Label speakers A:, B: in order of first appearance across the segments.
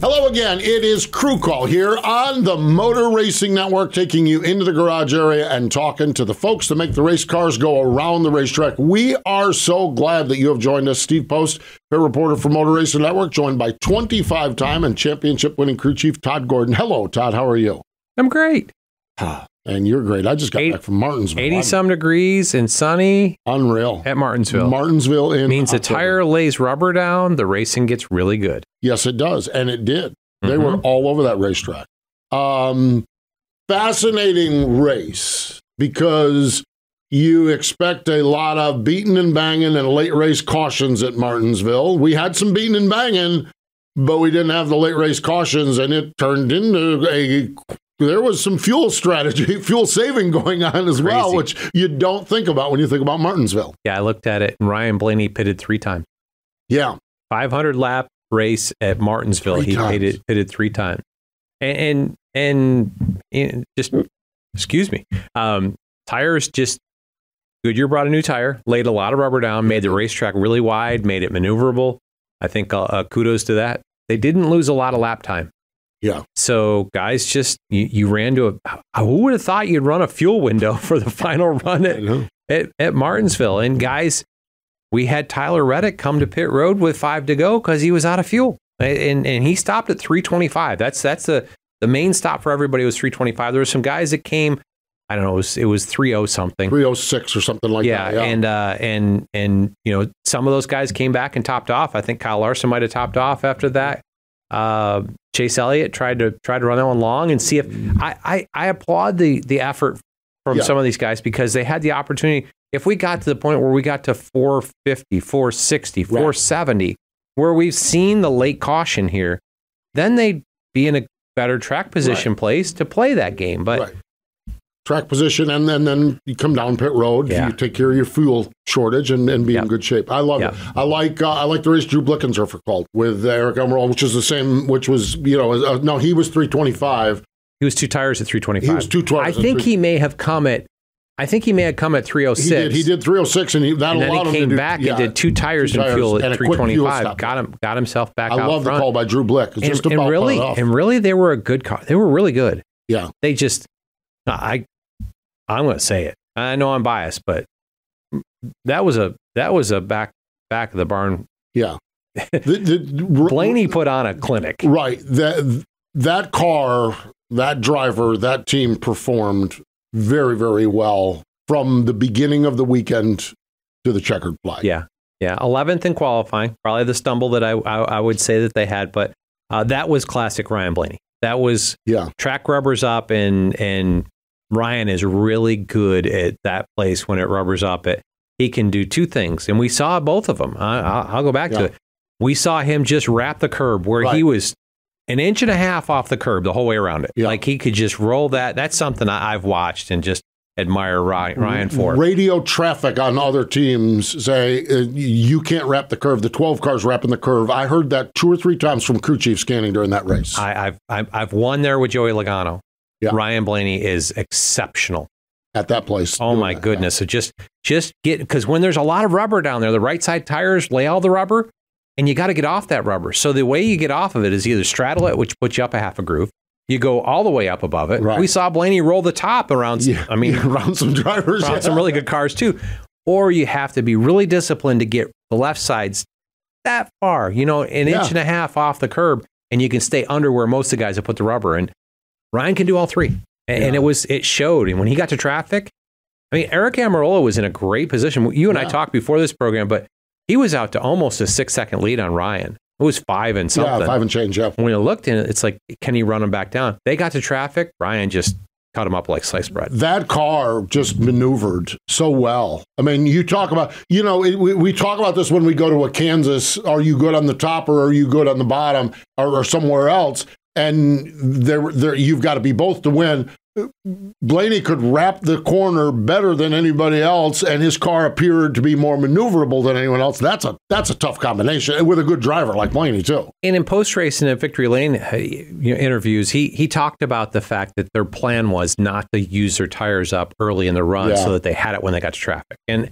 A: Hello again. It is Crew Call here on the Motor Racing Network, taking you into the garage area and talking to the folks that make the race cars go around the racetrack. We are so glad that you have joined us. Steve Post, pit reporter for Motor Racing Network, joined by 25 time and championship winning crew chief Todd Gordon. Hello, Todd. How are you?
B: I'm great.
A: And you're great. I just got
B: Eight-
A: back from Martinsville.
B: 80
A: I'm
B: some degrees and sunny
A: Unreal.
B: at Martinsville.
A: Martinsville in
B: Means the
A: October.
B: tire lays rubber down, the racing gets really good.
A: Yes, it does, and it did. They
B: Mhm.
A: were all over that racetrack. Um, fascinating race because you expect a lot of beating and banging and late race cautions at Martinsville. We had some beating and banging, but we didn't have the late race cautions, and it turned into a. There was some fuel strategy, fuel saving going on as well,
B: Crazy.
A: which you don't think about when you think about Martinsville.
B: Yeah, I looked at it and Ryan Blaney pitted three times.
A: Yeah,
B: 500 lap race at Martinsville.
A: Three
B: he
A: times.
B: pitted, pitted three times. And, and, and, and just, excuse me, um, tires just, Goodyear brought a new tire, laid a lot of rubber down, made the racetrack really wide, made it maneuverable. I think uh, uh, kudos to that. They didn't lose a lot of lap time.
A: yeah.
B: So guys, just you, you ran to a. Who would have thought you'd run a fuel window for the final run
A: I
B: at,
A: know.
B: at, at Martinsville? And guys, we had Tyler Reddick come to pit road with five to go because he was out of fuel, and and, and he stopped at three twenty five. That's that's the the main stop for everybody was three twenty five. There were some guys that came. I don't know. It was, it was three oh something.
A: 306 or something like
B: yeah,
A: that. Yeah,
B: and uh, and and you know some of those guys came back and topped off. I think Kyle Larson might have topped off after that. Uh, Chase Elliott tried to tried to run that one long and see if I I, I applaud the the effort from
A: Yeah.
B: some of these guys because they had the opportunity. If we got to the point where we got to 450, 460, 470, where we've seen the late caution here, then they'd be in a better track position place to play that game. But
A: Right. track position, and then then you come down pit road.
B: Yeah.
A: You take care of your fuel shortage and, and be in
B: Yep.
A: good shape. I love
B: Yep.
A: it. I like uh, I like the race Drew Blickensurfer called with Eric Emerald, which is the same. Which was you know uh, no he was three twenty five.
B: He was two tires at 325.
A: He was two tires
B: I
A: at
B: think
A: three-
B: he may have come at, I think he may have come at
A: He
B: 306.
A: did he did three oh six and he, that
B: And then
A: allowed
B: he
A: him
B: came
A: to do,
B: back
A: yeah.
B: and did two tires,
A: two
B: and fuel
A: tires and
B: at
A: a quick fuel
B: 325.
A: stop.
B: Got him, got himself back
A: I
B: out
A: love the
B: front.
A: call by Drew Blick. It's
B: and,
A: just
B: and
A: about
B: really,
A: cut off.
B: and really, they were a good car. They were really good.
A: yeah,
B: They just, I, I'm going to say it. I know I'm biased, but that was a that was a back back of the barn.
A: yeah. the, the,
B: Blaney put on a clinic.
A: Right. That that car, that driver, that team performed very, very well from the beginning of the weekend to the checkered flag.
B: Yeah, yeah. Eleventh in qualifying, probably the stumble that I I, I would say that they had, but uh, that was classic Ryan Blaney. That was
A: Yeah.
B: track rubbers up, and and Ryan is really good at that place when it rubbers up. It he can do two things, and we saw both of them. I, I'll, I'll go back
A: Yeah.
B: to it. We saw him just wrap the curb where
A: Right.
B: he was an inch and a half off the curb the whole way around it.
A: Yeah.
B: Like he could just roll that. That's something I, I've watched and just admire Ryan,
A: Mm-hmm.
B: Ryan for.
A: Radio traffic on other teams say uh, you can't wrap the curve. The 12 car's wrapping the curve. I heard that two or three times from crew chief scanning during that race.
B: I, I've, I've I've won there with Joey Logano.
A: Yeah.
B: Ryan Blaney is exceptional.
A: at that place.
B: Oh
A: doing
B: my
A: that.
B: goodness! So just just get because when there's a lot of rubber down there, the right side tires lay all the rubber, and you got to get off that rubber. So the way you get off of it is either straddle it, which puts you up a half a groove. You go all the way up above it.
A: Right.
B: We saw Blaney roll the top around.
A: Yeah,
B: I mean,
A: around some drivers.
B: around some really good cars too. Or you have to be really disciplined to get the left sides that far, you know, an
A: Yeah.
B: inch and a half off the curb, and you can stay under where most of the guys have put the rubber. And Ryan can do all three, and, and
A: Yeah.
B: it was it showed. And when he got to traffic, I mean, Eric Amarola was in a great position. You and I
A: Yeah.
B: talked before this program, but he was out to almost a six second lead on Ryan. It was five and something.
A: Yeah, five and change. Yeah.
B: And when I looked in it, it's like, can he run them back down? They got to traffic. Ryan just cut him up like sliced bread.
A: that car just maneuvered so well. I mean, you talk about, you know, it, we, we talk about this when we go to a Kansas. Are you good on the top or are you good on the bottom or, or somewhere else? And there, there, you've got to be both to win. Blaney could wrap the corner better than anybody else, and his car appeared to be more maneuverable than anyone else. That's a that's a tough combination and with a good driver like Blaney too.
B: And in post race and in victory lane uh, you know, interviews, he he talked about the fact that their plan was not to use their tires up early in the run
A: Yeah.
B: so that they had it when they got to traffic. And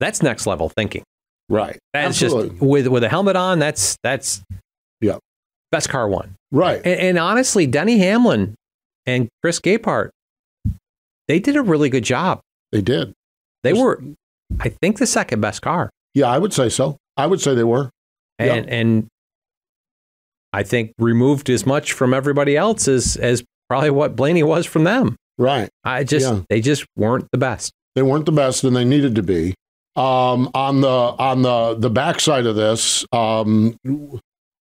B: that's next level thinking.
A: Right.
B: That's just with with a helmet on. That's that's
A: Yeah.
B: best car one.
A: right.
B: And, and honestly, Denny Hamlin and Chris Gapehart, they did a really good job.
A: They did.
B: They were, I think, the second best car,
A: Yeah, I would say so. I would say they were. Yeah.
B: and and I think removed as much from everybody else as as probably what Blaney was from them.
A: Right.
B: I just
A: Yeah.
B: they just weren't the best.
A: They weren't the best and they needed to be. Um, on the on the the backside of this, um,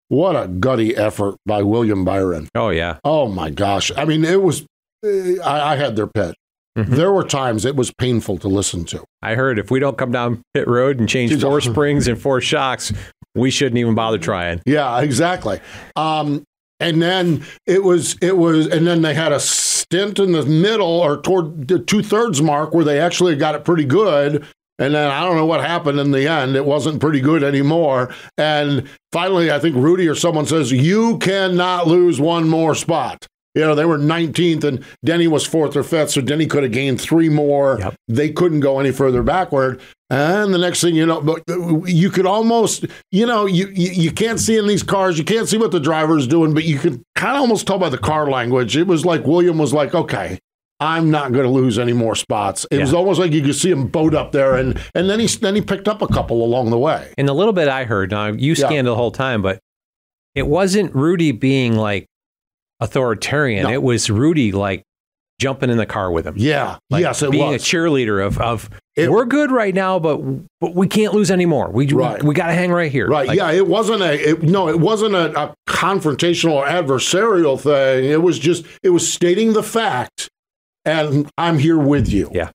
A: what a gutty effort by William Byron.
B: Oh yeah,
A: Oh my gosh! I mean, it was. I, I had their pet.
B: Mhm.
A: There were times it was painful to listen to.
B: I heard if we don't come down pit road and change
A: Jeez. Mm-hmm.
B: four springs and four shocks, we shouldn't even bother trying.
A: Yeah, exactly. Um, and then it was it was, and then they had a stint in the middle or toward the two thirds mark where they actually got it pretty good. And then I don't know what happened in the end. It wasn't pretty good anymore. And finally, I think Rudy or someone says, "You cannot lose one more spot." You know, they were 19th and Denny was fourth or fifth, so Denny could have gained three more.
B: Yep.
A: They couldn't go any further backward. And the next thing you know, but uh, you could almost, you know, you, you, you can't see in these cars, you can't see what the driver's doing, but you can kind of almost tell by the car language. It was like William was like, okay, I'm not going to lose any more spots. It was
B: Yeah.
A: almost like you could see him boat up there, and and then he then he picked up a couple along the way.
B: And the little bit I heard, now you
A: Yeah.
B: scanned the whole time, but it wasn't Rudy being like authoritarian.
A: No.
B: It was Rudy like jumping in the car with him.
A: Yeah,
B: Like,
A: yes, it
B: being
A: was.
B: a cheerleader of of
A: It-
B: we're good right now, but but we can't lose anymore. We
A: Right.
B: we, got to hang right here.
A: Right.
B: Like,
A: yeah. It wasn't a, it, no, it wasn't a, a confrontational or adversarial thing. It was just, it was stating the fact and I'm here with you.
B: Yeah.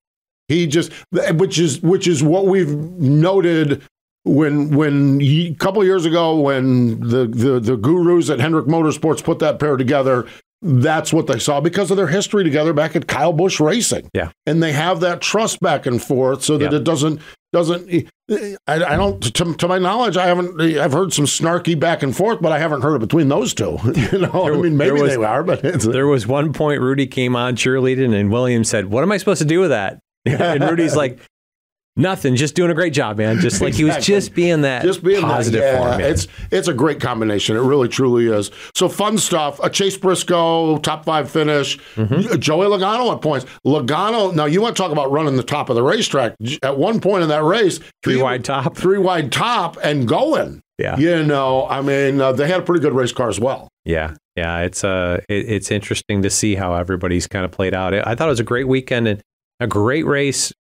A: He just, which is, which is what we've noted when, when a couple of years ago, when the, the, the gurus at Hendrick Motorsports put that pair together, that's what they saw because of their history together back at Kyle Busch Racing.
B: Yeah.
A: And they have that trust back and forth so that
B: Yeah.
A: it doesn't, doesn't I, I don't to, to my knowledge I haven't I've heard some snarky back and forth but I haven't heard it between those two you know I
B: There-
A: mean maybe
B: there was-
A: they are but it's,
B: There was one point Rudy came on cheerleading, and Williams said, "What am I supposed to do with that?" and Rudy's like. Nothing, just doing a great job, man. Just like he was
A: Exactly.
B: just being that
A: just being
B: positive
A: that,
B: for
A: yeah,
B: him. man.
A: it's it's a great combination it really truly is so fun stuff a Chase Briscoe top five finish
B: Mm-hmm.
A: Joey Logano at points Logano now you want to talk about running the top of the racetrack at one point in that race
B: Three
A: he-
B: wide top.
A: three wide top and going
B: Yeah.
A: you know I mean uh, they had a pretty good race car as well
B: Yeah, yeah, it's uh, it, it's interesting to see how everybody's kind of played out. I thought it was a great weekend and a great race.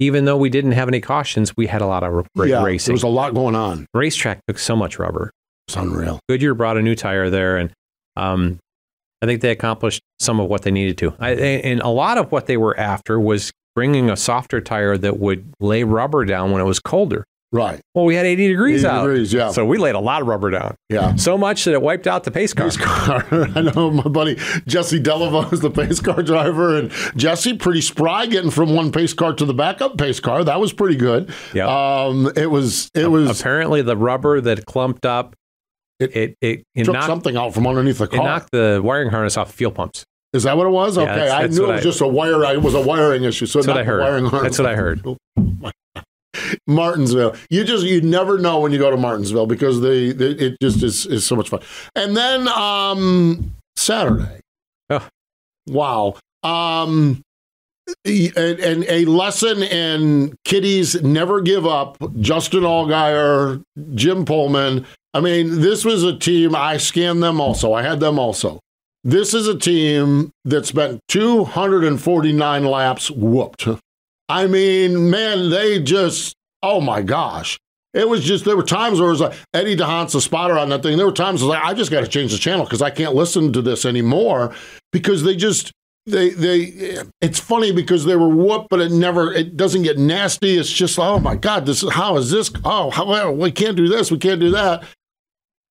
B: Even though we didn't have any cautions, we had a lot of great
A: yeah there
B: racing.
A: was a lot going on
B: Racetrack took so much rubber.
A: it's unreal
B: Goodyear brought a new tire there, and um, I think they accomplished some of what they needed to. I, and a lot of what they were after was bringing a softer tire that would lay rubber down when it was colder.
A: right
B: Well, we had 80 degrees
A: 80
B: out,
A: degrees, yeah.
B: so we laid a lot of rubber down.
A: Yeah.
B: so much that it wiped out the pace car.
A: Pace car. I know my buddy Jesse Delaveau is the pace car driver, and Jesse pretty spry getting from one pace car to the backup pace car. That was pretty good.
B: Yeah.
A: Um, it was. It was.
B: apparently the rubber that clumped up
A: It-
B: it it, it,
A: Took
B: knocked,
A: something out from underneath the
B: it
A: car.
B: knocked the wiring harness off the fuel pumps.
A: Is that what it was?
B: Yeah,
A: okay,
B: that's-
A: I
B: that's
A: knew it
B: what
A: was
B: I-
A: just a wire. It was a wiring issue. So
B: That's what
A: not
B: I
A: the
B: heard.
A: Wiring harness.
B: That's what I heard.
A: Martinsville. You just you never know when you go to Martinsville because they, they it just is, is so much fun. And then um Saturday.
B: Oh.
A: Wow. Um e- and, and a lesson in kiddies never give up. Justin Allgaier, Jim Pullman. I mean, this was a team. I scanned them also. I had them also. This is a team that spent 249 laps whooped. I mean, man, they just, oh my gosh. It was just, there were times where it was like Eddie DeHaan's a spotter on that thing. There were times I was like, I just got to change the channel because I can't listen to this anymore because they just, they they it's funny because they were whooped, but it never it doesn't get nasty. It's just oh my god, this is how is this? Oh, how, well, we can't do this, we can't do that.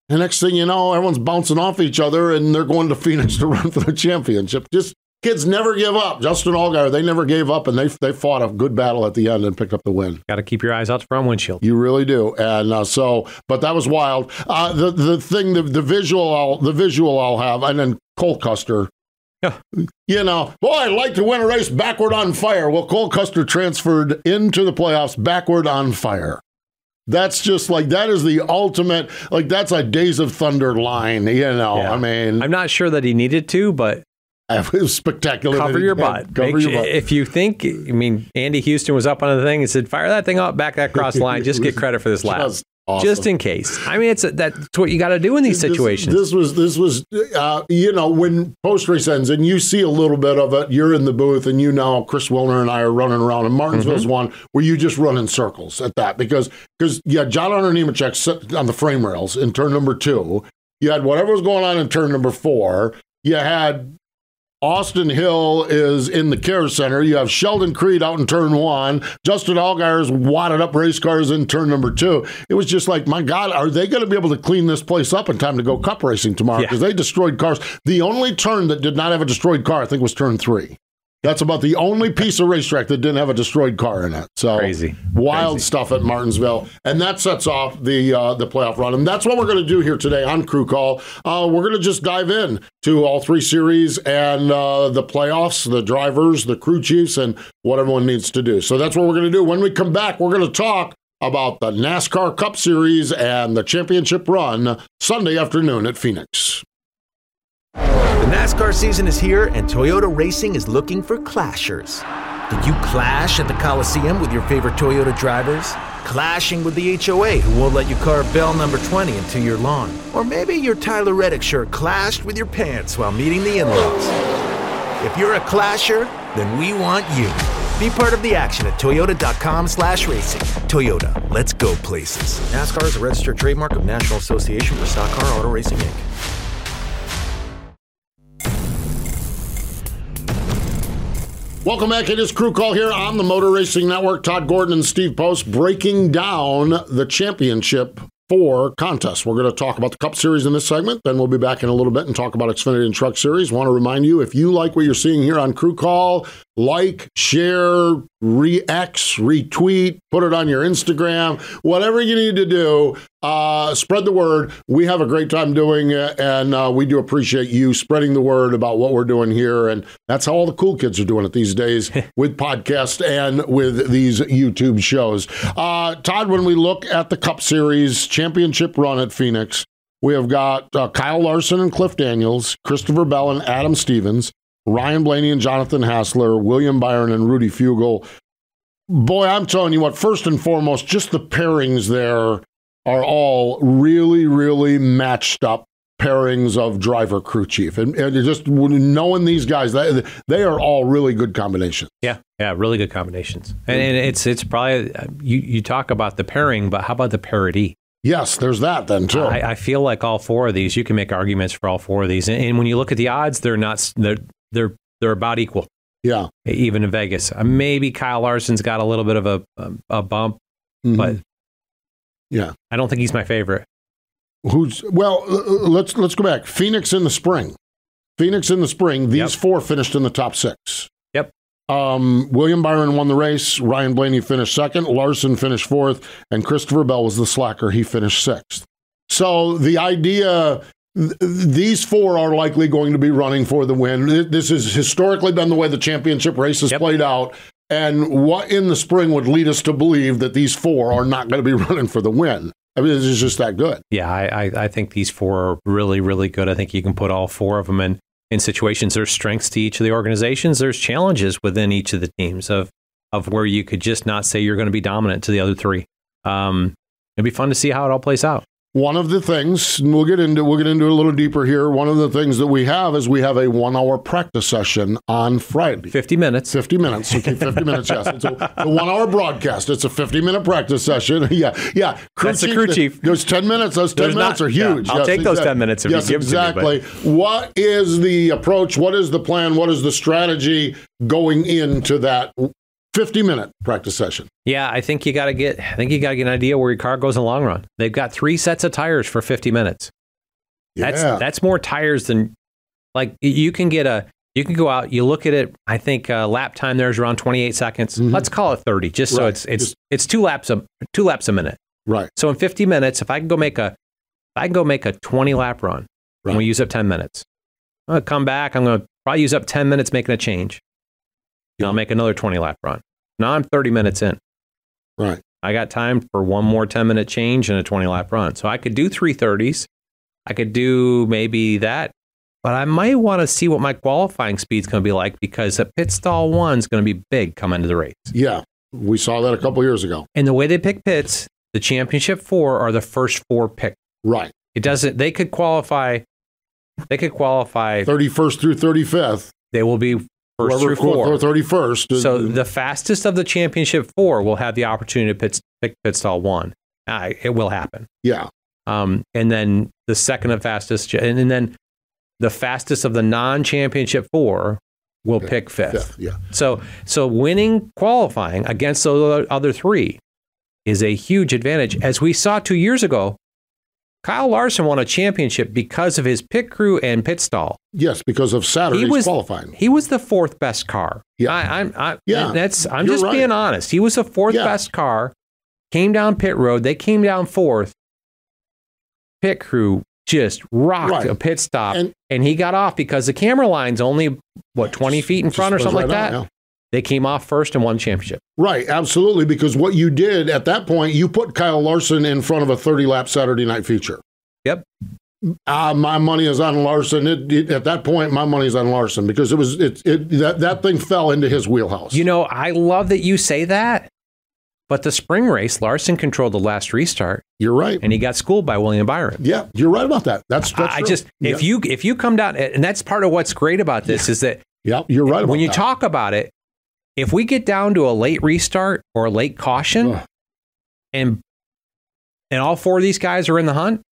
A: The next thing you know, everyone's bouncing off each other, and they're going to Phoenix to run for the championship. Just kids never give up. Justin Allgaier, they never gave up, and they they fought a good battle at the end and picked up the win.
B: Got to keep your eyes out the front windshield.
A: You really do, and uh, so. But that was wild. Uh, the the thing, the, the visual, I'll, the visual I'll have, and then Cole Custer.
B: Yeah.
A: You know, boy, I'd like to win a race backward on fire. Well, Cole Custer transferred into the playoffs backward on fire. That's just like that is the ultimate. Like that's a Days of Thunder line. You know,
B: Yeah.
A: I mean,
B: I'm not sure that he needed to, but
A: it was spectacular.
B: cover
A: that he
B: your
A: did.
B: butt.
A: Cover
B: Make
A: your
B: sure-
A: butt.
B: If you think, I mean, Andy Houston was up on the thing and said, "Fire that thing up, back that cross line." Just get credit for this lap,
A: Just awesome.
B: just in case. I mean, it's a, that's what you got to do in these
A: This-
B: situations.
A: This, was this was uh, you know when post race ends and you see a little bit of it. You're in the booth and you know Chris Wilner and I are running around and Martinsville's one where you just run in circles at that because because yeah John Hunter Nemechek sat on the frame rails in turn number two. You had whatever was going on in turn number four. You had Austin Hill is in the care center. You have Sheldon Creed out in turn one. Justin Allgaier's wadded up race cars in turn number two. It was just like, my God, are they going to be able to clean this place up in time to go cup racing tomorrow?
B: Yeah.
A: Because they destroyed cars. The only turn that did not have a destroyed car, I think, was turn three. That's about the only piece of racetrack that didn't have a destroyed car in it. So
B: Crazy.
A: wild
B: Crazy.
A: stuff at Martinsville, and that sets off the uh, the playoff run. And that's what we're going to do here today on Crew Call. Uh, we're going to just dive in to all three series and uh, the playoffs, the drivers, the crew chiefs, and what everyone needs to do. So that's what we're going to do. When we come back, we're going to talk about the NASCAR Cup Series and the championship run Sunday afternoon at Phoenix.
C: The NASCAR season is here, and Toyota Racing is looking for clashers. Did you clash at the Coliseum with your favorite Toyota drivers? Clashing with the HOA who won't let you carve bell number 20 into your lawn? Or maybe your Tyler Reddick shirt clashed with your pants while meeting the in laws? If you're a clasher, then we want you. Be part of the action at toyota.com slash racing. Toyota, let's go places. NASCAR is a registered trademark of National Association for Stock Car Auto Racing, Inc.
A: Welcome back. It is Crew Call here on the Motor Racing Network. Todd Gordon and Steve Post breaking down the championship for contests. We're going to talk about the Cup Series in this segment. Then we'll be back in a little bit and talk about Xfinity and Truck Series. Want to remind you if you like what you're seeing here on Crew Call, like, share, re X, retweet, put it on your Instagram, whatever you need to do. Uh, spread the word. We have a great time doing it, and uh, we do appreciate you spreading the word about what we're doing here. And that's how all the cool kids are doing it these days with podcasts and with these YouTube shows. Uh, Todd, when we look at the Cup Series championship run at Phoenix, we have got uh, Kyle Larson and Cliff Daniels, Christopher Bell and Adam Stevens, Ryan Blaney and Jonathan Hassler, William Byron and Rudy Fugel. Boy, I'm telling you what, first and foremost, just the pairings there are all really, really matched up pairings of driver crew chief. And, and just knowing these guys, they, they are all really good combinations.
B: Yeah, yeah, really good combinations. And, and it's it's probably uh, you you talk about the pairing, but how about the parity?
A: Yes, there's that then too.
B: I, I feel like all four of these, you can make arguments for all four of these. And, and when you look at the odds, they're not s- they're they're they're about equal,
A: yeah.
B: even in Vegas. Uh, Maybe Kyle Larson's got a little bit of a a, a bump,
A: Mhm.
B: but
A: yeah.
B: I don't think he's my favorite.
A: Who's well? l- l- Let's let's go back. Phoenix in the spring. Phoenix in the spring. These
B: Yep.
A: four finished in the top six.
B: Yep.
A: Um, William Byron won the race. Ryan Blaney finished second. Larson finished fourth, and Christopher Bell was the slacker. He finished sixth. So the idea. th- These four are likely going to be running for the win. Th- This has historically been the way the championship race has
B: Yep.
A: played out. And what in the spring would lead us to believe that these four are not going to be running for the win? I mean, this is just that good.
B: Yeah, I, I, I think these four are really, really good. I think you can put all four of them in, in situations. There's strengths to each of the organizations. There's challenges within each of the teams of of where you could just not say you're going to be dominant to the other three. Um, it'd be fun to see how it all plays out.
A: One of the things, and we'll get into we'll get into it a little deeper here. One of the things that we have is we have a one hour practice session on Friday.
B: 50 minutes.
A: 50 minutes. Okay, 50 minutes, yes. It's a, a one hour broadcast. It's a 50 minute practice session. yeah, yeah.
B: That's the crew chief.
A: Those 10 minutes, those 10
B: There's
A: minutes
B: not-
A: are
B: yeah,
A: huge.
B: I'll take those 10 minutes if you
A: yes,
B: give them to me, but-
A: exactly. What is the approach? What is the plan? What is the strategy going into that 50 minute practice session?
B: Yeah, I think you got to get. I think you got to get an idea where your car goes in the long run. They've got three sets of tires for 50 minutes. That's
A: Yeah.
B: that's more tires than like y- you can get a. You can go out. You look at it. I think uh, lap time there is around 28 seconds. Let's call it 30, just so
A: Mm-hmm. Right.
B: it's it's
A: Just-
B: it's two laps a two laps a minute.
A: right.
B: So in 50 minutes, if I can go make a, if I can go make a 20 lap run, I'm
A: Right.
B: gonna use up 10 minutes. I'm gonna come back. I'm gonna probably use up 10 minutes making a change. And I'll make another 20 lap run. Now I'm 30 minutes in.
A: Right.
B: I got time for one more 10 minute change and a 20 lap run. So I could do 330s. I could do maybe that, but I might want to see what my qualifying speed's going to be like because a pit stall one's going to be big come into the race.
A: Yeah. We saw that a couple years ago.
B: And the way they pick pits, the championship four are the first four picked.
A: Right.
B: It doesn't, they could qualify, they could qualify,
A: 31st through 35th.
B: they will be first
A: Whoever uh,
B: through four.
A: 31st. is-
B: So the fastest of the championship four will have the opportunity to pit, pick pit stall one. Uh, it will happen.
A: yeah.
B: um, and then the second and fastest, and, and then the fastest of the non-championship four will pick fifth.
A: Fifth. Yeah.
B: So, so winning qualifying against those other three is a huge advantage, as we saw two years ago. Kyle Larson won a championship because of his pit crew and pit stall.
A: Yes, because of Saturday's
B: he was
A: qualifying.
B: He was the fourth best car.
A: Yeah.
B: I, I'm. I,
A: Yeah.
B: that's. I'm
A: You're
B: just
A: right.
B: being honest. He was the fourth
A: Yeah.
B: best car. Came down pit road. They came down fourth. Pit crew just rocked
A: Right.
B: a pit stop,
A: And-
B: and, he got off because the camera line's only what twenty feet in
A: Just
B: front or
A: was right
B: something like that.
A: on, yeah.
B: They came off first and won championship.
A: Right, absolutely. Because what you did at that point, you put Kyle Larson in front of a 30 lap Saturday night feature.
B: Yep.
A: Ah, my money is on Larson. It, it- at that point, my money's on Larson because it was it, it that, that thing fell into his wheelhouse.
B: You know, I love that you say that. But the spring race, Larson controlled the last restart,
A: you're right.
B: and he got schooled by William Byron.
A: Yeah, you're right about that. That's,
B: I-
A: that's
B: I
A: true.
B: just if
A: yeah.
B: you if you come down, and that's part of what's great about this is that
A: yeah, you're right. About
B: when you
A: that.
B: talk about it, if we get down to a late restart or a late caution,
A: Ugh.
B: and and all four of these guys are in the hunt,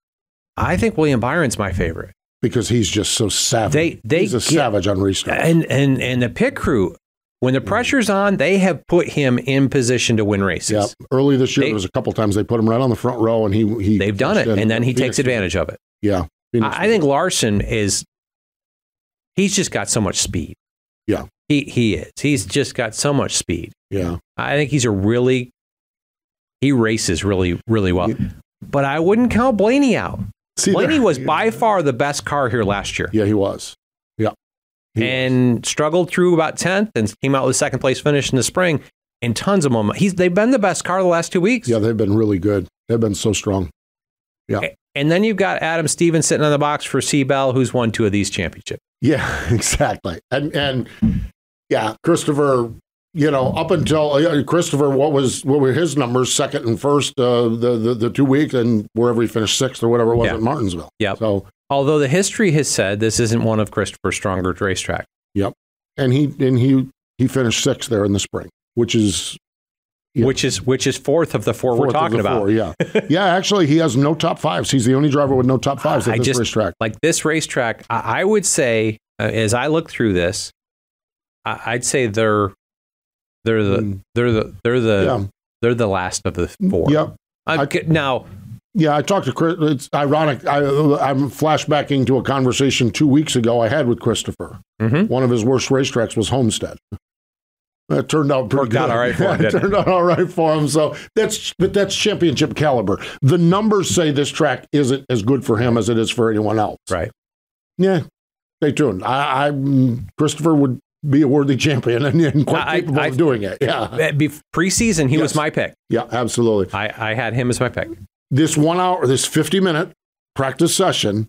B: I think William Byron's my favorite.
A: because he's just so savage.
B: They- they
A: he's a
B: get- Uh,
A: savage on restart.
B: And and and the pit crew, when the
A: Mm.
B: pressure's on, they have put him in position to win races.
A: Yep. Early this year,
B: They-
A: there was a couple times they put him right on the front row, and he he
B: They've done it,
A: pushed in.
B: and then he
A: Phoenix
B: takes
A: did.
B: advantage of it.
A: Yeah, Phoenix
B: I, I
A: did.
B: think Larson is. He's just got so much speed.
A: Yeah.
B: he he is. He's just got so much speed.
A: Yeah,
B: I think he's a really he races really really well. But I wouldn't count Blaney out.
A: see,
B: Blaney
A: there-
B: was by far the best car here last year
A: Yeah, he was. Yeah. He-
B: and struggled through about 10th and came out with a second place finish in the spring and tons of momentum. He's they've been the best car the last 2 weeks.
A: yeah, they've been really good. They've been so strong.
B: And then you've got Adam Stevens sitting on the box for C Bell who's won two of these championships.
A: Yeah, exactly. And and yeah, Christopher, you know, up until uh, Christopher, what was what were his numbers? Second and first, uh, the, the the two weeks, and wherever he finished sixth or whatever it was
B: Yeah.
A: at Martinsville.
B: Yep.
A: So
B: Although the history has said this isn't one of Christopher's stronger racetrack.
A: and he and he he finished sixth there in the spring, which is Yeah.
B: Which is which is fourth of the four
A: fourth
B: we're
A: of the
B: talking about.
A: four, yeah, yeah. Actually, he has no top fives. He's the only driver with no top fives at
B: Ah, I
A: this
B: just-
A: racetrack.
B: like this racetrack, I, I would say uh, as I look through this, I, I'd say they're they're the
A: Mm.
B: they're the they're the
A: Yeah.
B: they're the last of the four.
A: Yep.
B: I'm
A: I-
B: g- now
A: Yeah, I talked to Chris. It's ironic. I, I'm flashbacking to a conversation two weeks ago I had with Christopher.
B: Mhm.
A: One of his worst racetracks was Homestead. It turned out pretty
B: Worked
A: good.
B: out all right for him,
A: it
B: didn't it?
A: turned out all right for him. So that's but that's championship caliber. The numbers say this track isn't as good for him as it is for anyone else.
B: right.
A: Yeah, stay tuned. I, I Christopher would be a worthy champion and, and quite
B: I-
A: capable
B: I-
A: of doing it. Yeah,
B: That be- Preseason, he
A: Yes.
B: was my pick.
A: yeah, absolutely.
B: I, I had him as my pick.
A: this one hour, this 50 minute practice session,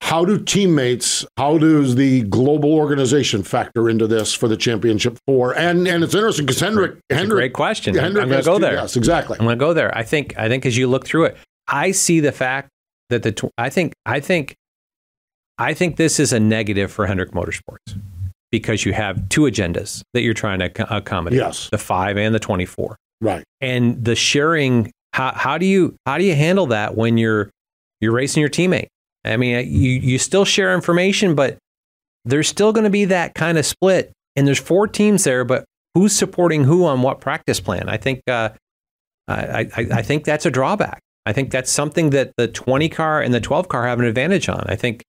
A: how do teammates, how does the global organization factor into this for the championship four? And and it's interesting because Hendrick,
B: It's a
A: Hendrick,
B: great question. I'm-
A: Hendrick
B: I'm going
A: has
B: to go
A: two-
B: there.
A: Yes, exactly.
B: I'm going to go there. I think I think as you look through it, I see the fact that the tw- I think I think I think this is a negative for Hendrick Motorsports because you have two agendas that you're trying to ac- accommodate.
A: Yes.
B: the five and the twenty-four,
A: Right.
B: and the sharing. How how do you how do you handle that when you're you're racing your teammate? I mean, uh, you you still share information, but there's still going to be that kind of split. And there's four teams there, but who's supporting who on what practice plan? I think uh, I, I, I think that's a drawback. I think that's something that the 20 car and the 12 car have an advantage on. I think,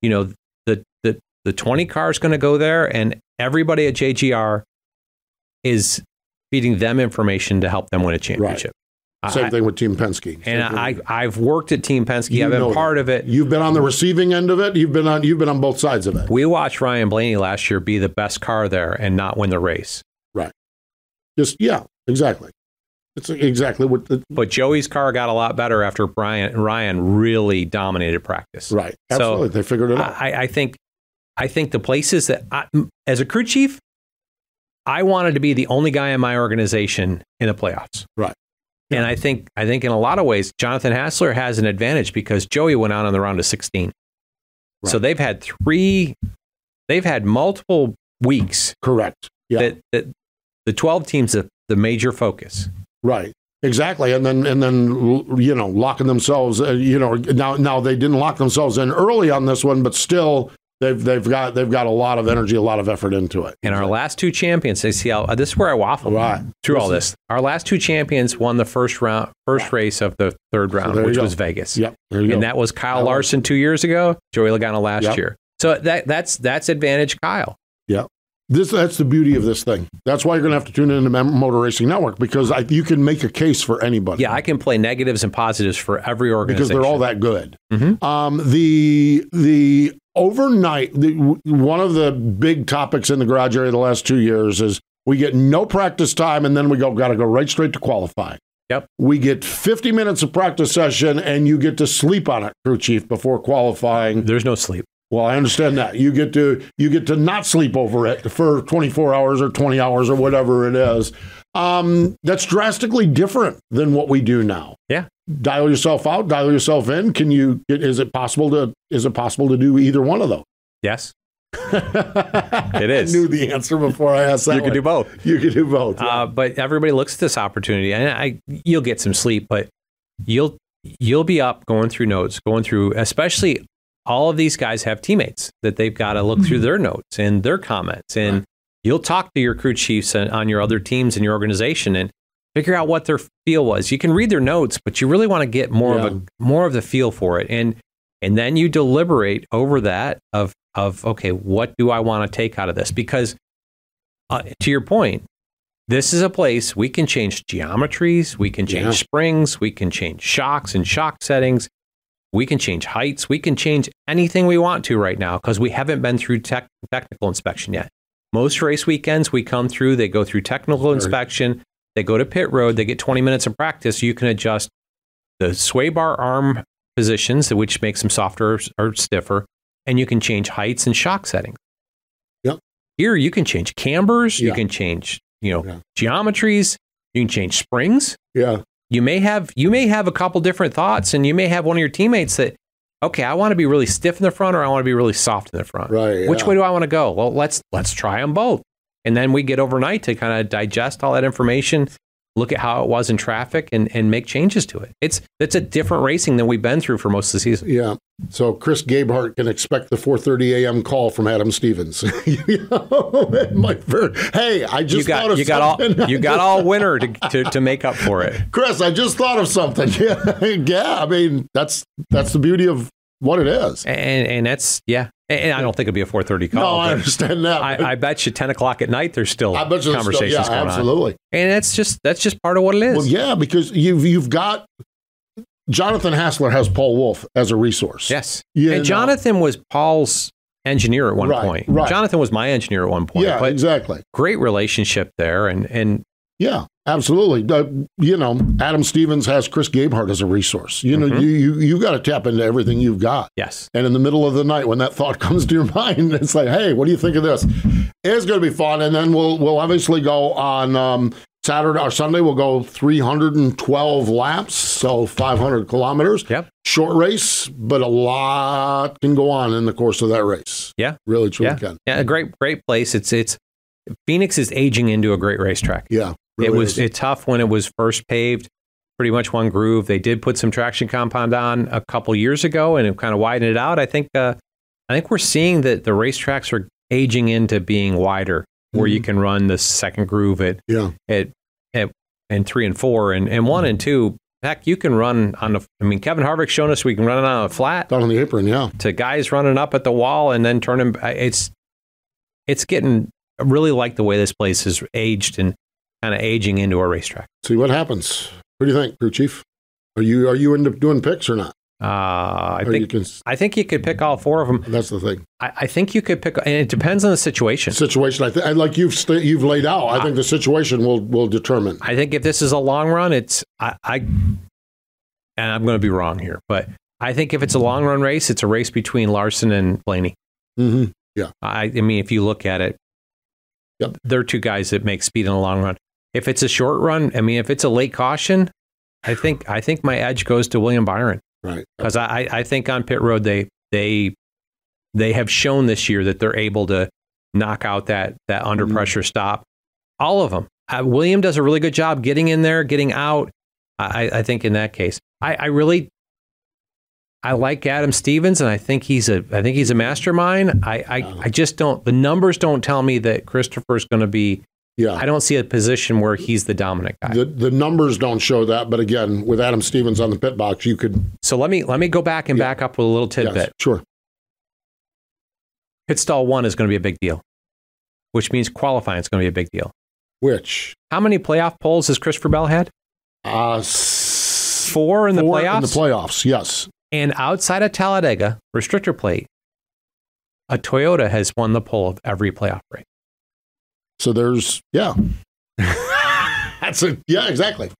B: you know, the the, the 20 car is going to go there, and everybody at JGR is feeding them information to help them win a championship.
A: Same
B: I,
A: thing with Team Penske.
B: and I, I've worked at Team Penske.
A: You
B: I've been
A: know
B: part of it.
A: You've been on the receiving end of it. You've been on. You've been on both sides of it.
B: We watched Ryan Blaney last year be the best car there and not win the race.
A: Just yeah, exactly. It's exactly what. The,
B: But Joey's car got a lot better after Brian Ryan really dominated practice.
A: right.
B: So- ah.
A: Absolutely. they figured it out.
B: I, I think I think the places that I, as a crew chief, I wanted to be the only guy in my organization in the playoffs.
A: Right.
B: And I think I think in a lot of ways, Jonathan Hassler has an advantage because Joey went out on the round of 16. So
A: Right.
B: they've had three, they've had multiple weeks
A: Correct. Yeah.
B: that, that the 12 teams the, the major focus.
A: Right. Exactly. And then and then you know locking themselves. Uh, you know now now they didn't lock themselves in early on this one, but still they've they've got they've got a lot of energy, a lot of effort into it.
B: And our last two champions, they see how this is where I waffle
A: Right.
B: through all this. Our last two champions won the first round, first race of the third round,
A: there you
B: which
A: go.
B: was Vegas.
A: Yep. There you
B: and
A: go.
B: that was Kyle
A: Kyle
B: Larson two years ago, Joey Logano last
A: Yep.
B: year. So that that's that's advantage Kyle.
A: This that's the beauty of this thing. That's why you're going to have to tune into Mem- Motor Racing Network because I, you can make a case for anybody.
B: Yeah, I can play negatives and positives for every
A: because
B: organization
A: they're all that good.
B: Mhm.
A: Um, the the overnight the, w- one of the big topics in the garage area the last two years is we get no practice time and then we go got to go right straight to qualifying.
B: Yep.
A: We get 50 minutes of practice session and you get to sleep on it, crew chief, before qualifying.
B: There's no sleep.
A: Well, I understand that you get to you get to not sleep over it for 24 hours or 20 hours or whatever it is. Um, that's drastically different than what we do now
B: Yeah,
A: dial yourself out, dial yourself in. Can you? Is it possible to? Is it possible to do either one of those?
B: yes,
A: it
B: is.
A: I knew the answer before I asked that.
B: you can do
A: one.
B: both.
A: You can do both.
B: Uh, but everybody looks at this opportunity, and I you'll get some sleep, but you'll you'll be up going through notes, going through especially all of these guys have teammates that they've got to look
A: Mm-hmm.
B: through their notes and their comments, and you'll talk to your crew chiefs and, on your other teams in your organization and figure out what their feel was. You can read their notes, but you really want to get more of
A: Yeah.
B: a more of the feel for it, and and then you deliberate over that of of okay, what do I want to take out of this? Because uh, to your point, this is a place we can change geometries, we can change
A: Yeah.
B: springs, we can change shocks and shock settings, we can change heights, we can change anything we want to right now because we haven't been through tech- technical inspection yet. Most race weekends we come through, they go through technical inspection, they go to pit road, they get 20 minutes of practice. You can adjust the sway bar arm positions, which makes them softer or- or stiffer, and you can change heights and shock settings.
A: Yep.
B: Here you can change cambers, you
A: Yeah.
B: can change, you know,
A: Yeah.
B: geometries, you can change springs.
A: yeah.
B: You may have you may have a couple different thoughts and you may have one of your teammates that okay, I want to be really stiff in the front or I want to be really soft in the front.
A: Right,
B: Which
A: yeah.
B: way do I want to go? Well, let's let's try them both. And then we get overnight to kind of digest all that information, look at how it was in traffic and and make changes to it. It's it's a different racing than we've been through for most of the season.
A: Yeah. So Chris Gabehart can expect the 4:30 a.m. call from Adam Stevens. You know, my ver- hey, I just
B: You
A: thought
B: got
A: of
B: you got all
A: something.
B: you got all winter to, to, to make up for it.
A: Chris, I just thought of something. Yeah, yeah. I mean, that's that's the beauty of what it is.
B: And and that's yeah. And, and I don't think it'd be a four thirty
A: No,
B: call.
A: I
B: but
A: understand that. but
B: I, I bet you ten o'clock at night there's still
A: I bet you there's still-
B: conversations
A: yeah,
B: going on.
A: absolutely.
B: And that's just that's just part of what it is.
A: Well, yeah, because you've you've got Jonathan Hassler has Paul Wolf as a resource.
B: Yes.
A: You know.
B: and Jonathan was Paul's engineer at one
A: Right,
B: point.
A: right.
B: Jonathan was my engineer at one point.
A: yeah,
B: but
A: exactly.
B: great relationship there and and
A: Yeah, absolutely. Uh, you know, Adam Stevens has Chris Gabehart as a resource. You know,
B: Mm-hmm.
A: you you you got to tap into everything you've got.
B: yes.
A: And in the middle of the night, when that thought comes to your mind, it's like, hey, what do you think of this? It's going to be fun, and then we'll we'll obviously go on um, Saturday or Sunday will go 312 laps, so 500 kilometers.
B: Yep.
A: Short race, but a lot can go on in the course of that race.
B: Yeah.
A: Really, truly
B: yeah,
A: can.
B: yeah, a great, great place. It's it's Phoenix is aging into a great racetrack.
A: Yeah.
B: it
A: really
B: was
A: is.
B: it tough when it was first paved, pretty much one groove. They did put some traction compound on a couple years ago, and it kind of widened it out. I think uh, I think we're seeing that the racetracks are aging into being wider, where
A: Mm-hmm.
B: you can run the second groove at
A: yeah.
B: at at and three and four and and one and two. Heck, you can run on the. I mean, Kevin Harvick's shown us we can run it on a flat
A: Down on the apron. Yeah.
B: to guys running up at the wall and then turning. I- It's it's getting I really like the way this place is aged and kind of aging into a racetrack.
A: See what happens. What do you think, crew chief? Are you are you into doing picks or not?
B: Uh, I
A: Or you
B: think
A: can,
B: I think you could pick all four of them.
A: that's the thing.
B: I, I think you could pick, and it depends on the situation.
A: Situation. I think, like you've sta you've laid out. I think the situation will will determine.
B: I think if this is a long run, it's I, I and I'm going to be wrong here, but I think if it's a long run race, it's a race between Larson and Blaney. Mm-hmm.
A: hmm
B: I, I mean, if you look at it,
A: Yep.
B: they're two guys that make speed in the long run. If it's a short run, I mean, if it's a late caution, I think I think my edge goes to William Byron
A: Right.
B: because I, I I think on pit road they they they have shown this year that they're able to knock out that that under
A: Mhm.
B: pressure stop. All of them. Uh, William does a really good job getting in there, getting out. I, I- I think in that case, I, I really I like Adam Stevens, and I think he's a I think he's a mastermind. I I,
A: Oh.
B: I just don't the numbers don't tell me that Christopher's going to be.
A: Yeah.
B: I don't see a position where he's the dominant guy.
A: the the numbers don't show that, but again, with Adam Stevens on the pit box, you could
B: so let me let me go back and
A: Yeah.
B: back up with a little
A: yes,
B: tidbit.
A: sure.
B: Pit stall one is going to be a big deal, which means qualifying is going to be a big deal.
A: Which
B: How many playoff polls has Christopher Bell had?
A: uh, s-
B: Four in the
A: four
B: playoffs.
A: In the playoffs, yes.
B: and outside of Talladega, restrictor plate, a Toyota has won the pole of every playoff race.
A: So there's yeah. That's it. Yeah, exactly.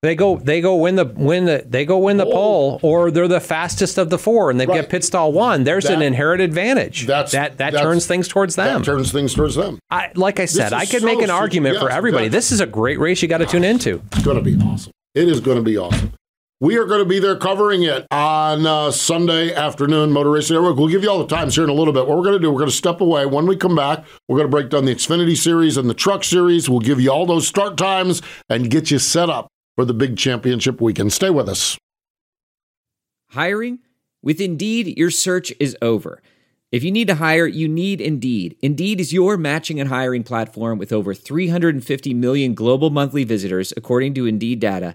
B: They go, they go win the win the they go win the
A: Oh.
B: pole, or they're the fastest of the four, and they
A: Right.
B: get pit stall one. There's an
A: That-
B: inherent advantage
A: that's-
B: that that
A: that's-
B: turns things towards them.
A: That turns things towards them.
B: I, like I said,
A: is
B: I could
A: so
B: make an
A: su-
B: argument for
A: yes,
B: everybody.
A: yes.
B: This is a great race. You got to tune into.
A: It's going to be awesome. It is going to be awesome. We are going to be there covering it on uh, Sunday afternoon, Motor Racing Network. We'll give you all the times here in a little bit. What we're going to do, we're going to step away. When we come back, we're going to break down the Xfinity Series and the Truck Series. We'll give you all those start times and get you set up for the big championship weekend. Stay with us.
D: Hiring? With Indeed, your search is over. If you need to hire, you need Indeed. Indeed is your matching and hiring platform with over 350 million global monthly visitors, according to Indeed data,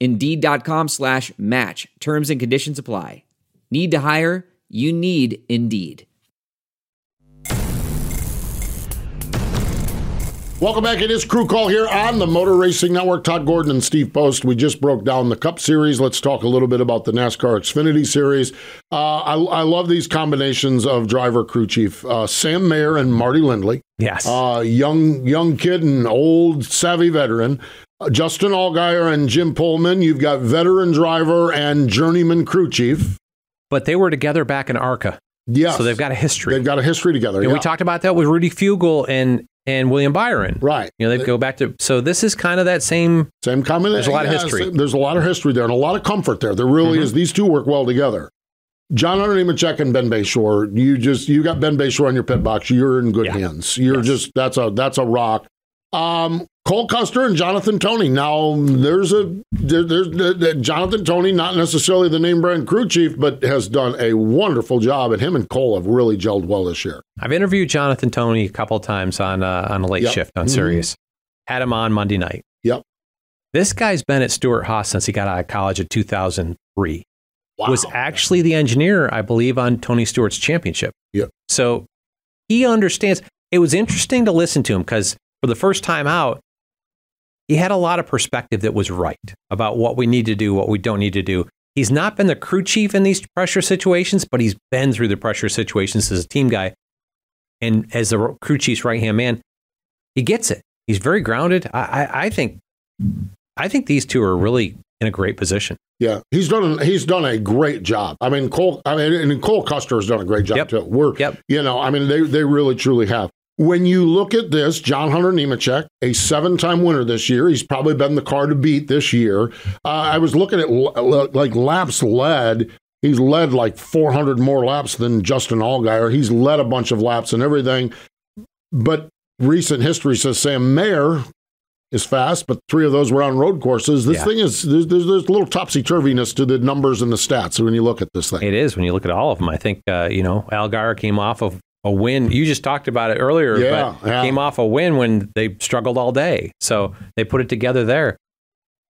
D: Indeed.com slash match. Terms and conditions apply. Need to hire? You need Indeed.
A: Welcome back. It is Crew Call here on the Motor Racing Network. Todd Gordon and Steve Post. We just broke down the Cup Series. Let's talk a little bit about the NASCAR Xfinity Series. Uh, I, I love these combinations of driver crew chief uh, Sam Mayer and Marty Lindley,
B: Yes.
A: uh, young young kid and old savvy veteran. Uh, Justin Allgaier and Jim Pullman. You've got veteran driver and journeyman crew chief.
B: but they were together back in ARCA,
A: Yes,
B: so they've got a history.
A: they've got a history together.
B: and
A: yeah.
B: we talked about that with Rudy Fugel and and William Byron.
A: right.
B: You know, they go back to so this is kind of that same.
A: Same combination.
B: There's a lot of history. Mm-hmm.
A: There's a lot of history there and a lot of comfort there. There really is. These two work well together. John Hunter Nemechek and Ben Bayshore. You just you got Ben Bayshore on your pit box. You're in good
B: Yeah.
A: hands. You're
B: Yes.
A: just that's a that's a rock. Um, Cole Custer and Jonathan Tony. Now there's a there, there's there, there- Jonathan Tony, not necessarily the name brand crew chief, but has done a wonderful job. And him and Cole have really gelled well this year.
B: I've interviewed Jonathan Tony a couple of times on uh, on the late
A: Yep.
B: shift on
A: Mhm.
B: Sirius. Had him on Monday night.
A: Yep.
B: This guy's been at Stuart Haas since he got out of college in 2003.
A: Wow.
B: Was actually the engineer, I believe, on Tony Stewart's championship.
A: Yep.
B: So he understands. It was interesting to listen to him because for the first time out, he had a lot of perspective that was right about what we need to do, what we don't need to do. He's not been the crew chief in these pressure situations, but he's been through the pressure situations as a team guy and as the crew chief's right hand man. He gets it. He's very grounded. I, I, I think I think these two are really in a great position.
A: Yeah, he's done. He's done a great job. I mean, Cole. I mean, and Cole Custer has done a great job
B: Yep.
A: too. We're,
B: Yep.
A: you know, I mean, they they really truly have. When you look at this, John Hunter Nemechek, a seven-time winner this year, he's probably been the car to beat this year. Uh, I was looking at l- like laps led. He's led like 400 more laps than Justin Allgaier. He's led a bunch of laps and everything. But recent history says Sam Mayer is fast, but three of those were on road courses. This
B: Yeah.
A: thing is there's there's, there's a little topsy turviness to the numbers and the stats when you look at this thing.
B: It is when you look at all of them. I think uh, you know Algar came off of a win. You just talked about it earlier,
A: Yeah,
B: but
A: yeah.
B: came off a win when they struggled all day. So they put it together there.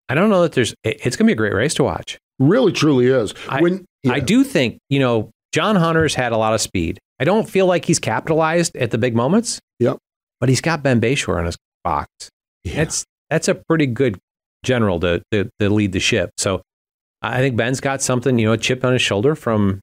B: I don't know that there's. it- It's going to be a great race to watch.
A: Really, truly is.
B: I-
A: when yeah.
B: I do think you know John Hunter's had a lot of speed. I don't feel like he's capitalized at the big moments.
A: Yep.
B: But he's got Ben Bayshore on his box.
A: Yeah.
B: That's that's a pretty good general to, to to lead the ship. So I think Ben's got something, you know, a chip on his shoulder from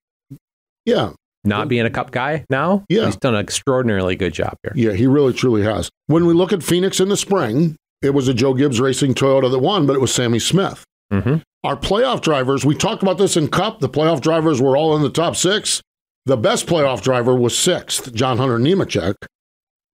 A: yeah,
B: not being a cup guy now.
A: Yeah.
B: He's done an extraordinarily good job here.
A: yeah, he really, truly has. When we look at Phoenix in the spring, it was a Joe Gibbs Racing Toyota that won, but it was Sammy Smith.
B: Mm-hmm.
A: Our playoff drivers, we talked about this in Cup. The playoff drivers were all in the top six. The best playoff driver was sixth, John Hunter Nemechek.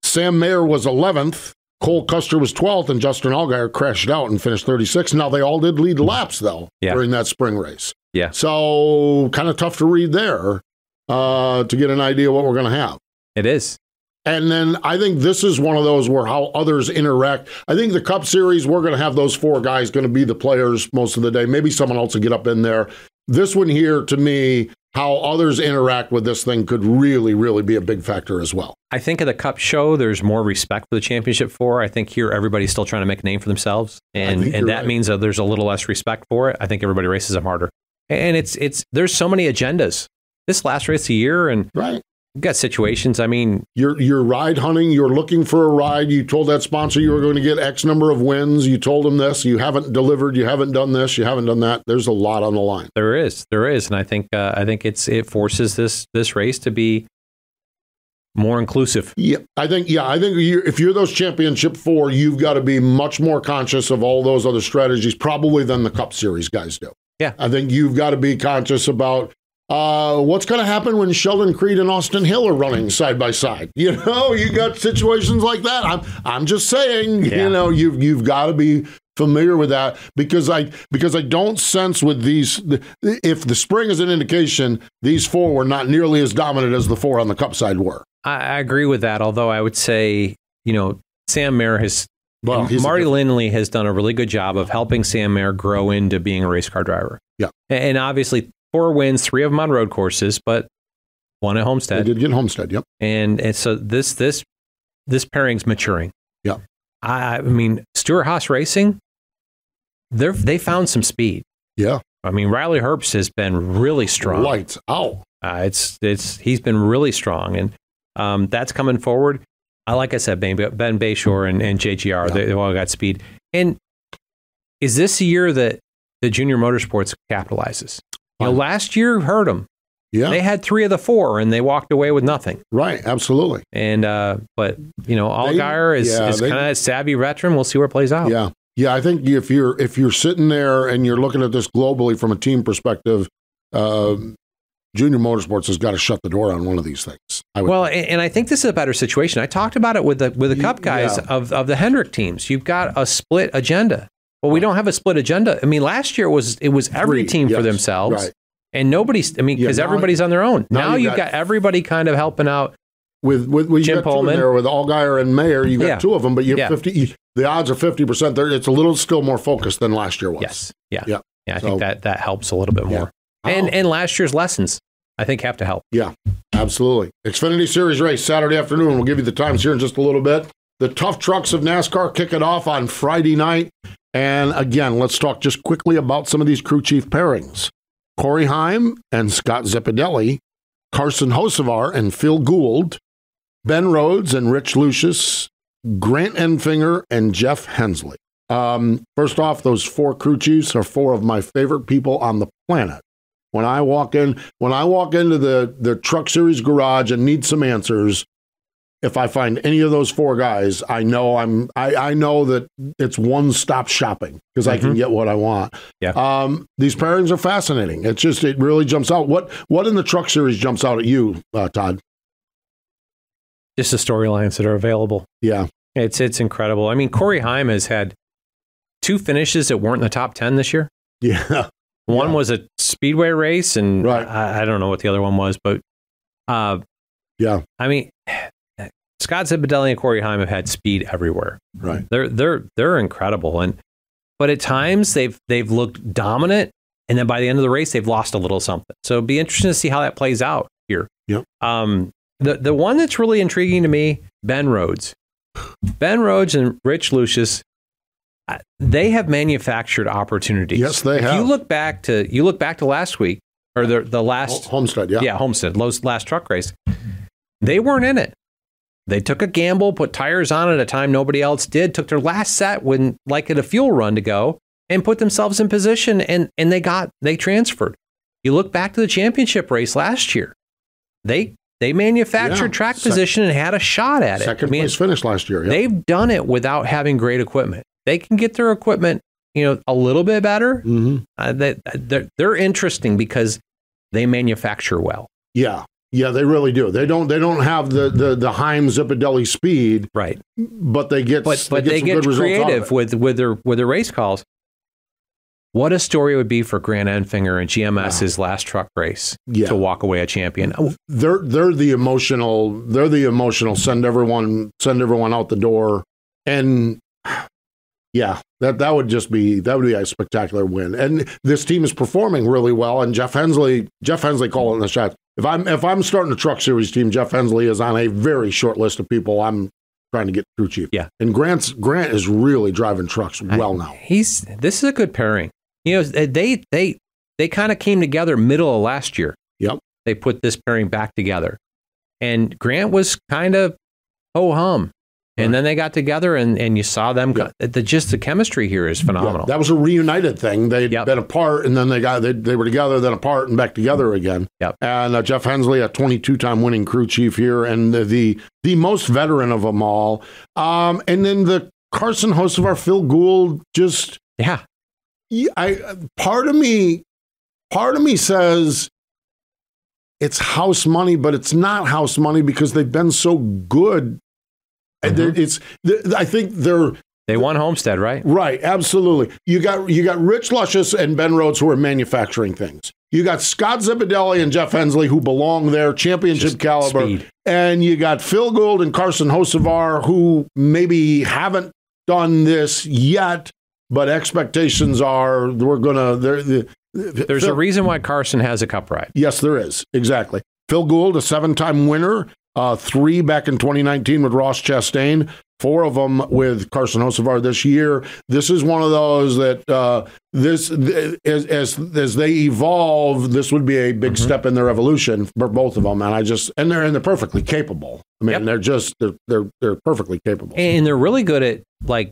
A: Sam Mayer was 11th. Cole Custer was 12th, and Justin Allgaier crashed out and finished 36th. Now, they all did lead laps, though,
B: Yeah.
A: during that spring race.
B: Yeah.
A: So, kind of tough to read there uh, to get an idea what we're going to have.
B: It is.
A: And then I think this is one of those where how others interact. I think the Cup Series, we're going to have those four guys going to be the players most of the day. Maybe someone else will get up in there. This one here, to me, how others interact with this thing could really, really be a big factor as well.
B: I think at the Cup show, there's more respect for the championship for. I think here everybody's still trying to make a name for themselves, and
A: think you're
B: and that
A: right.
B: means that there's a little less respect for it. I think everybody races them harder, and it's it's there's so many agendas. This last race of the year, and
A: Right.
B: we've got situations. I mean,
A: You're, you're ride hunting. You're looking for a ride. You told that sponsor you were going to get X number of wins. You told them this. You haven't delivered. You haven't done this. You haven't done that. There's a lot on the line.
B: there is there is, and I think uh, I think it's it forces this this race to be more inclusive.
A: Yeah, I think yeah, I think you if you're those championship four, you've got to be much more conscious of all those other strategies, probably than the Cup Series guys do.
B: Yeah.
A: I think you've got to be conscious about uh, what's going to happen when Sheldon Creed and Austin Hill are running side by side. You know, you got situations like that. I'm I'm just saying,
B: Yeah.
A: you know, you've you've got to be familiar with that because I because I don't sense with these if the spring is an indication, these four were not nearly as dominant as the four on the Cup side were.
B: I, I agree with that, although I would say you know Sam Mayer has
A: Well, he's a
B: Marty Linley has done a really good job of helping Sam Mayer grow into being a race car driver.
A: Yeah.
B: A- And obviously, four wins, three of them on road courses, but one at Homestead.
A: They did get Homestead. Yep.
B: And, and so this this this pairing's maturing.
A: Yeah.
B: I, I mean, Stuart Haas Racing, they they found some speed.
A: Yeah.
B: I mean, Riley Herbst has been really strong.
A: Lights out.
B: Uh, it's it's he's been really strong, and um, that's coming forward. I like I said, Ben, ben Bayshore and, and JGR,
A: Yeah.
B: they, they all got speed. And is this the year that the junior motorsports capitalizes? You know,
A: Fine.
B: last year hurt them.
A: Yeah.
B: They had three of the four, and they walked away with nothing.
A: right. Absolutely.
B: And uh, but you know,
A: They-
B: Allgaier is,
A: yeah,
B: is
A: they-
B: kind of a savvy veteran. We'll see where it plays out.
A: Yeah. Yeah. I think if you're if you're sitting there and you're looking at this globally from a team perspective, um, Junior Motorsports has got to shut the door on one of these things. I would
B: Well, and, and I think this is a better situation. I talked about it with the with the Cup guys
A: yeah.
B: of, of the Hendrick teams. You've got a split agenda. Well, we don't have a split agenda. I mean, last year was it was every
A: Three,
B: team for
A: yes,
B: themselves,
A: right.
B: and nobody's. I mean,
A: Yeah,
B: because
A: now-
B: everybody's on their own.
A: now
B: Now,
A: you've
B: you've
A: got-
B: got, everybody kind of helping out.
A: with with well, you
B: Jim
A: got two in
B: Pullman.
A: there with Allgaier and Mayer. You got
B: Yeah.
A: two of them, but you have
B: Yeah.
A: fifty. You, the odds are fifty percent. There, it's a little still more focused than last year was.
B: Yes, yeah, Oh.
A: Yeah.
B: yeah. I
A: So-
B: think that that helps a little bit
A: Yeah.
B: more. And and last year's lessons, I think, have to help.
A: Yeah, absolutely. Xfinity Series race Saturday afternoon. We'll give you the times here in just a little bit. The tough trucks of NASCAR kick it off on Friday night. And again, let's talk just quickly about some of these crew chief pairings. Corey Heim and Scott Zeppidelli, Carson Hosevar and Phil Gould, Ben Rhodes and Rich Lucius, Grant Enfinger and Jeff Hensley. Um, first off, those four crew chiefs are four of my favorite people on the planet. When I walk in, when I walk into the the truck series garage and need some answers, if I find any of those four guys, I know I'm I, I know that it's one stop shopping because I can get what I want.
B: Mm-hmm. Yeah.
A: Um, these pairings are fascinating. It's just it really jumps out. What what in the truck series jumps out at you, uh, Todd?
B: Just the storylines that are available.
A: Yeah.
B: It's it's incredible. I mean, Corey Heim has had two finishes that weren't in the top ten this year.
A: Yeah.
B: One
A: Yeah.
B: was a speedway race, and
A: Right.
B: I, I don't know what the other one was, but uh,
A: Yeah.
B: I mean, Scott Zibadelli and Corey Heim have had speed everywhere.
A: Right.
B: They're they're they're incredible, and but at times they've they've looked dominant, and then by the end of the race they've lost a little something. So it'd be interesting to see how that plays out here.
A: Yep.
B: Um. The the one that's really intriguing to me, Ben Rhodes, Ben Rhodes and Rich Lucius. uh, They have manufactured opportunities.
A: Yes, they
B: If you
A: have.
B: look back to you look back to last week or the the last
A: Homestead. Yeah.
B: yeah, Homestead, last, last truck race. They weren't in it. They took a gamble, put tires on at a time nobody else did, took their last set when like at a fuel run to go and put themselves in position and and they got they transferred. You look back to the championship race last year. They they manufactured
A: Yeah,
B: track
A: sec-
B: position and had a shot at it.
A: Second
B: I mean,
A: place finish last year. Yeah.
B: They've done it without having great equipment. They can get their equipment, you know, a little bit better.
A: hmm
B: Uh, they, they're, they're interesting because they manufacture well.
A: Yeah. Yeah, they really do. They don't. They don't have the the the Heim Zipadelli speed,
B: Right.
A: but they get
B: but but they
A: some
B: get
A: good results out of
B: creative
A: it.
B: with with their with their race calls. What a story it would be for Grant Enfinger and GMS's last truck race
A: Yeah.
B: to walk away a champion. Oh,
A: They're they're the emotional. They're the emotional. Send everyone send everyone out the door, and yeah, that that would just be that would be a spectacular win. And this team is performing really well. And Jeff Hensley Jeff Hensley calling the shots. If I'm if I'm starting a truck series team, Jeff Hensley is on a very short list of people I'm trying to get through chief.
B: Yeah.
A: And Grant's Grant is really driving trucks well now.
B: He's this is a good pairing. You know they they they kind of came together middle of last year.
A: Yep.
B: They put this pairing back together, and Grant was kind of ho hum, and
A: Right.
B: then they got together and and you saw them. co- The just the chemistry here is
A: Yeah,
B: phenomenal.
A: that was a reunited thing. They'd
B: Yep.
A: been apart and then they got they, they were together, then apart and back together again.
B: Yep.
A: And uh, Jeff Hensley, a 22 time winning crew chief here, and the, the the most veteran of them all. Um, and then the Carson host of our Phil Gould just
B: yeah.
A: yeah, I part of me, part of me says it's house money, but it's not house money because they've been so good.
B: Mm-hmm.
A: And they're- It's th- I think they're
B: They won Homestead, right?
A: Right, absolutely. You got you got Rich Luscious and Ben Rhodes who are manufacturing things. You got Scott Zipadelli and Jeff Hensley who belong there, championship
B: Just
A: caliber.
B: speed.
A: And you got Phil Gould and Carson Hosevar who maybe haven't done this yet, but expectations are we're gonna. They're, the
B: There's a reason why Carson has a cup ride.
A: Yes, there is. Exactly. Phil Gould, a seven time winner, uh, three back in 2019 with Ross Chastain, four of them with Carson Hosevar this year. This is one of those that uh, this th- as, as as they evolve, this would be a big step in their evolution for both of them. And I just and they're and they're perfectly capable. I mean,
B: Yep.
A: they're just they're they're they're perfectly capable.
B: and they're really good at like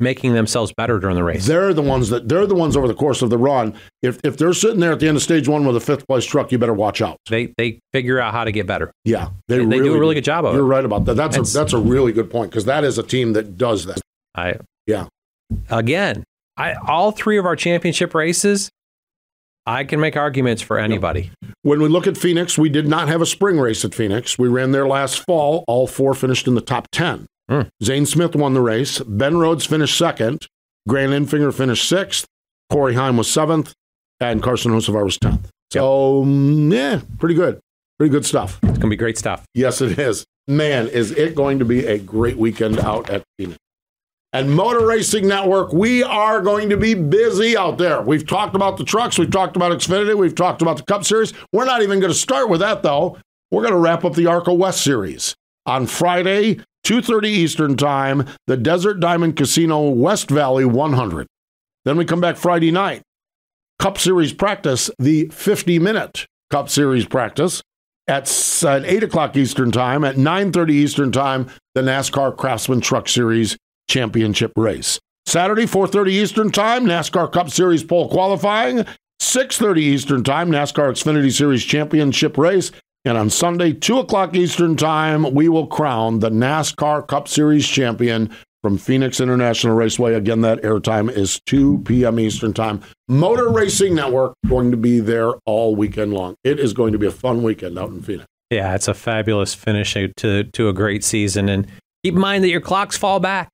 B: making themselves better during the race.
A: They're the ones that they're the ones over the course of the run. If if they're sitting there at the end of stage one with a fifth place truck, you better watch out.
B: They they figure out how to get better.
A: Yeah,
B: They, they do a really good job of
A: You're
B: it.
A: right about that. That's
B: That's-
A: a that's a really good point because that is a team that does that.
B: I
A: Yeah.
B: Again, I all three of our championship races, I can make arguments for anybody.
A: When we look at Phoenix, we did not have a spring race at Phoenix. We ran there last fall. All four finished in the top ten.
B: Hmm.
A: Zane Smith won the race. Ben Rhodes finished second. Grant Infinger finished sixth. Corey Heim was seventh, and Carson Hosevar was tenth. So mm, yeah, pretty good, pretty good stuff.
B: It's gonna be great stuff.
A: Yes, it is. Man, is it going to be a great weekend out at Phoenix. And Motor Racing Network, we are going to be busy out there. We've talked about the trucks, we've talked about Xfinity, we've talked about the Cup Series. We're not even going to start with that though. We're going to wrap up the Arco West Series on Friday, 2:30 Eastern Time, the Desert Diamond Casino West Valley 100. Then we come back Friday night. Cup Series practice, the 50 minute Cup Series practice at, s- at 8 o'clock Eastern Time. At 9.30 Eastern Time, the NASCAR Craftsman Truck Series Championship Race. Saturday, 4:30 Eastern Time, NASCAR Cup Series pole qualifying, 6:30 Eastern Time, NASCAR Xfinity Series championship race, and on Sunday, 2 o'clock Eastern Time, we will crown the NASCAR Cup Series champion from Phoenix International Raceway. Again, that airtime is 2 p.m. Eastern Time. Motor Racing Network going to be there all weekend long. It is going to be a fun weekend out in Phoenix.
B: Yeah, it's a fabulous finish to to a great season. And keep in mind that your clocks fall back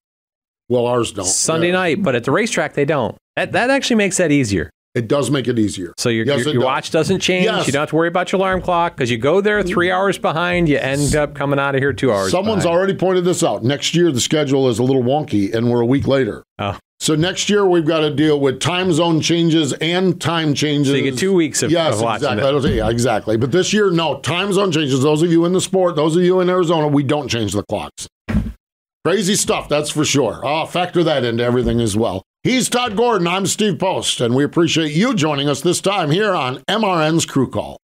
A: Well, ours don't.
B: Sunday
A: Yeah.
B: night, but at the racetrack they don't. That that actually makes that easier.
A: It does make it easier.
B: So your
A: Yes,
B: your,
A: it
B: your
A: does.
B: watch doesn't change.
A: Yes.
B: You don't have to worry about your alarm clock because you go there three hours behind. You end up coming out of here two hours.
A: Someone's
B: behind.
A: already pointed this out. Next year, the schedule is a little wonky, and we're a week later.
B: Oh.
A: So next year, we've got to deal with time zone changes and time changes.
B: So you get two weeks of-
A: yes,
B: of watching
A: exactly.
B: it.
A: I don't say- yeah, exactly. But this year, no time zone changes. Those of you in the sport, those of you in Arizona, we don't change the clocks. Crazy stuff, that's for sure. I'll factor that into everything as well. He's Todd Gordon. I'm Steve Post, and we appreciate you joining us this time here on MRN's Crew Call.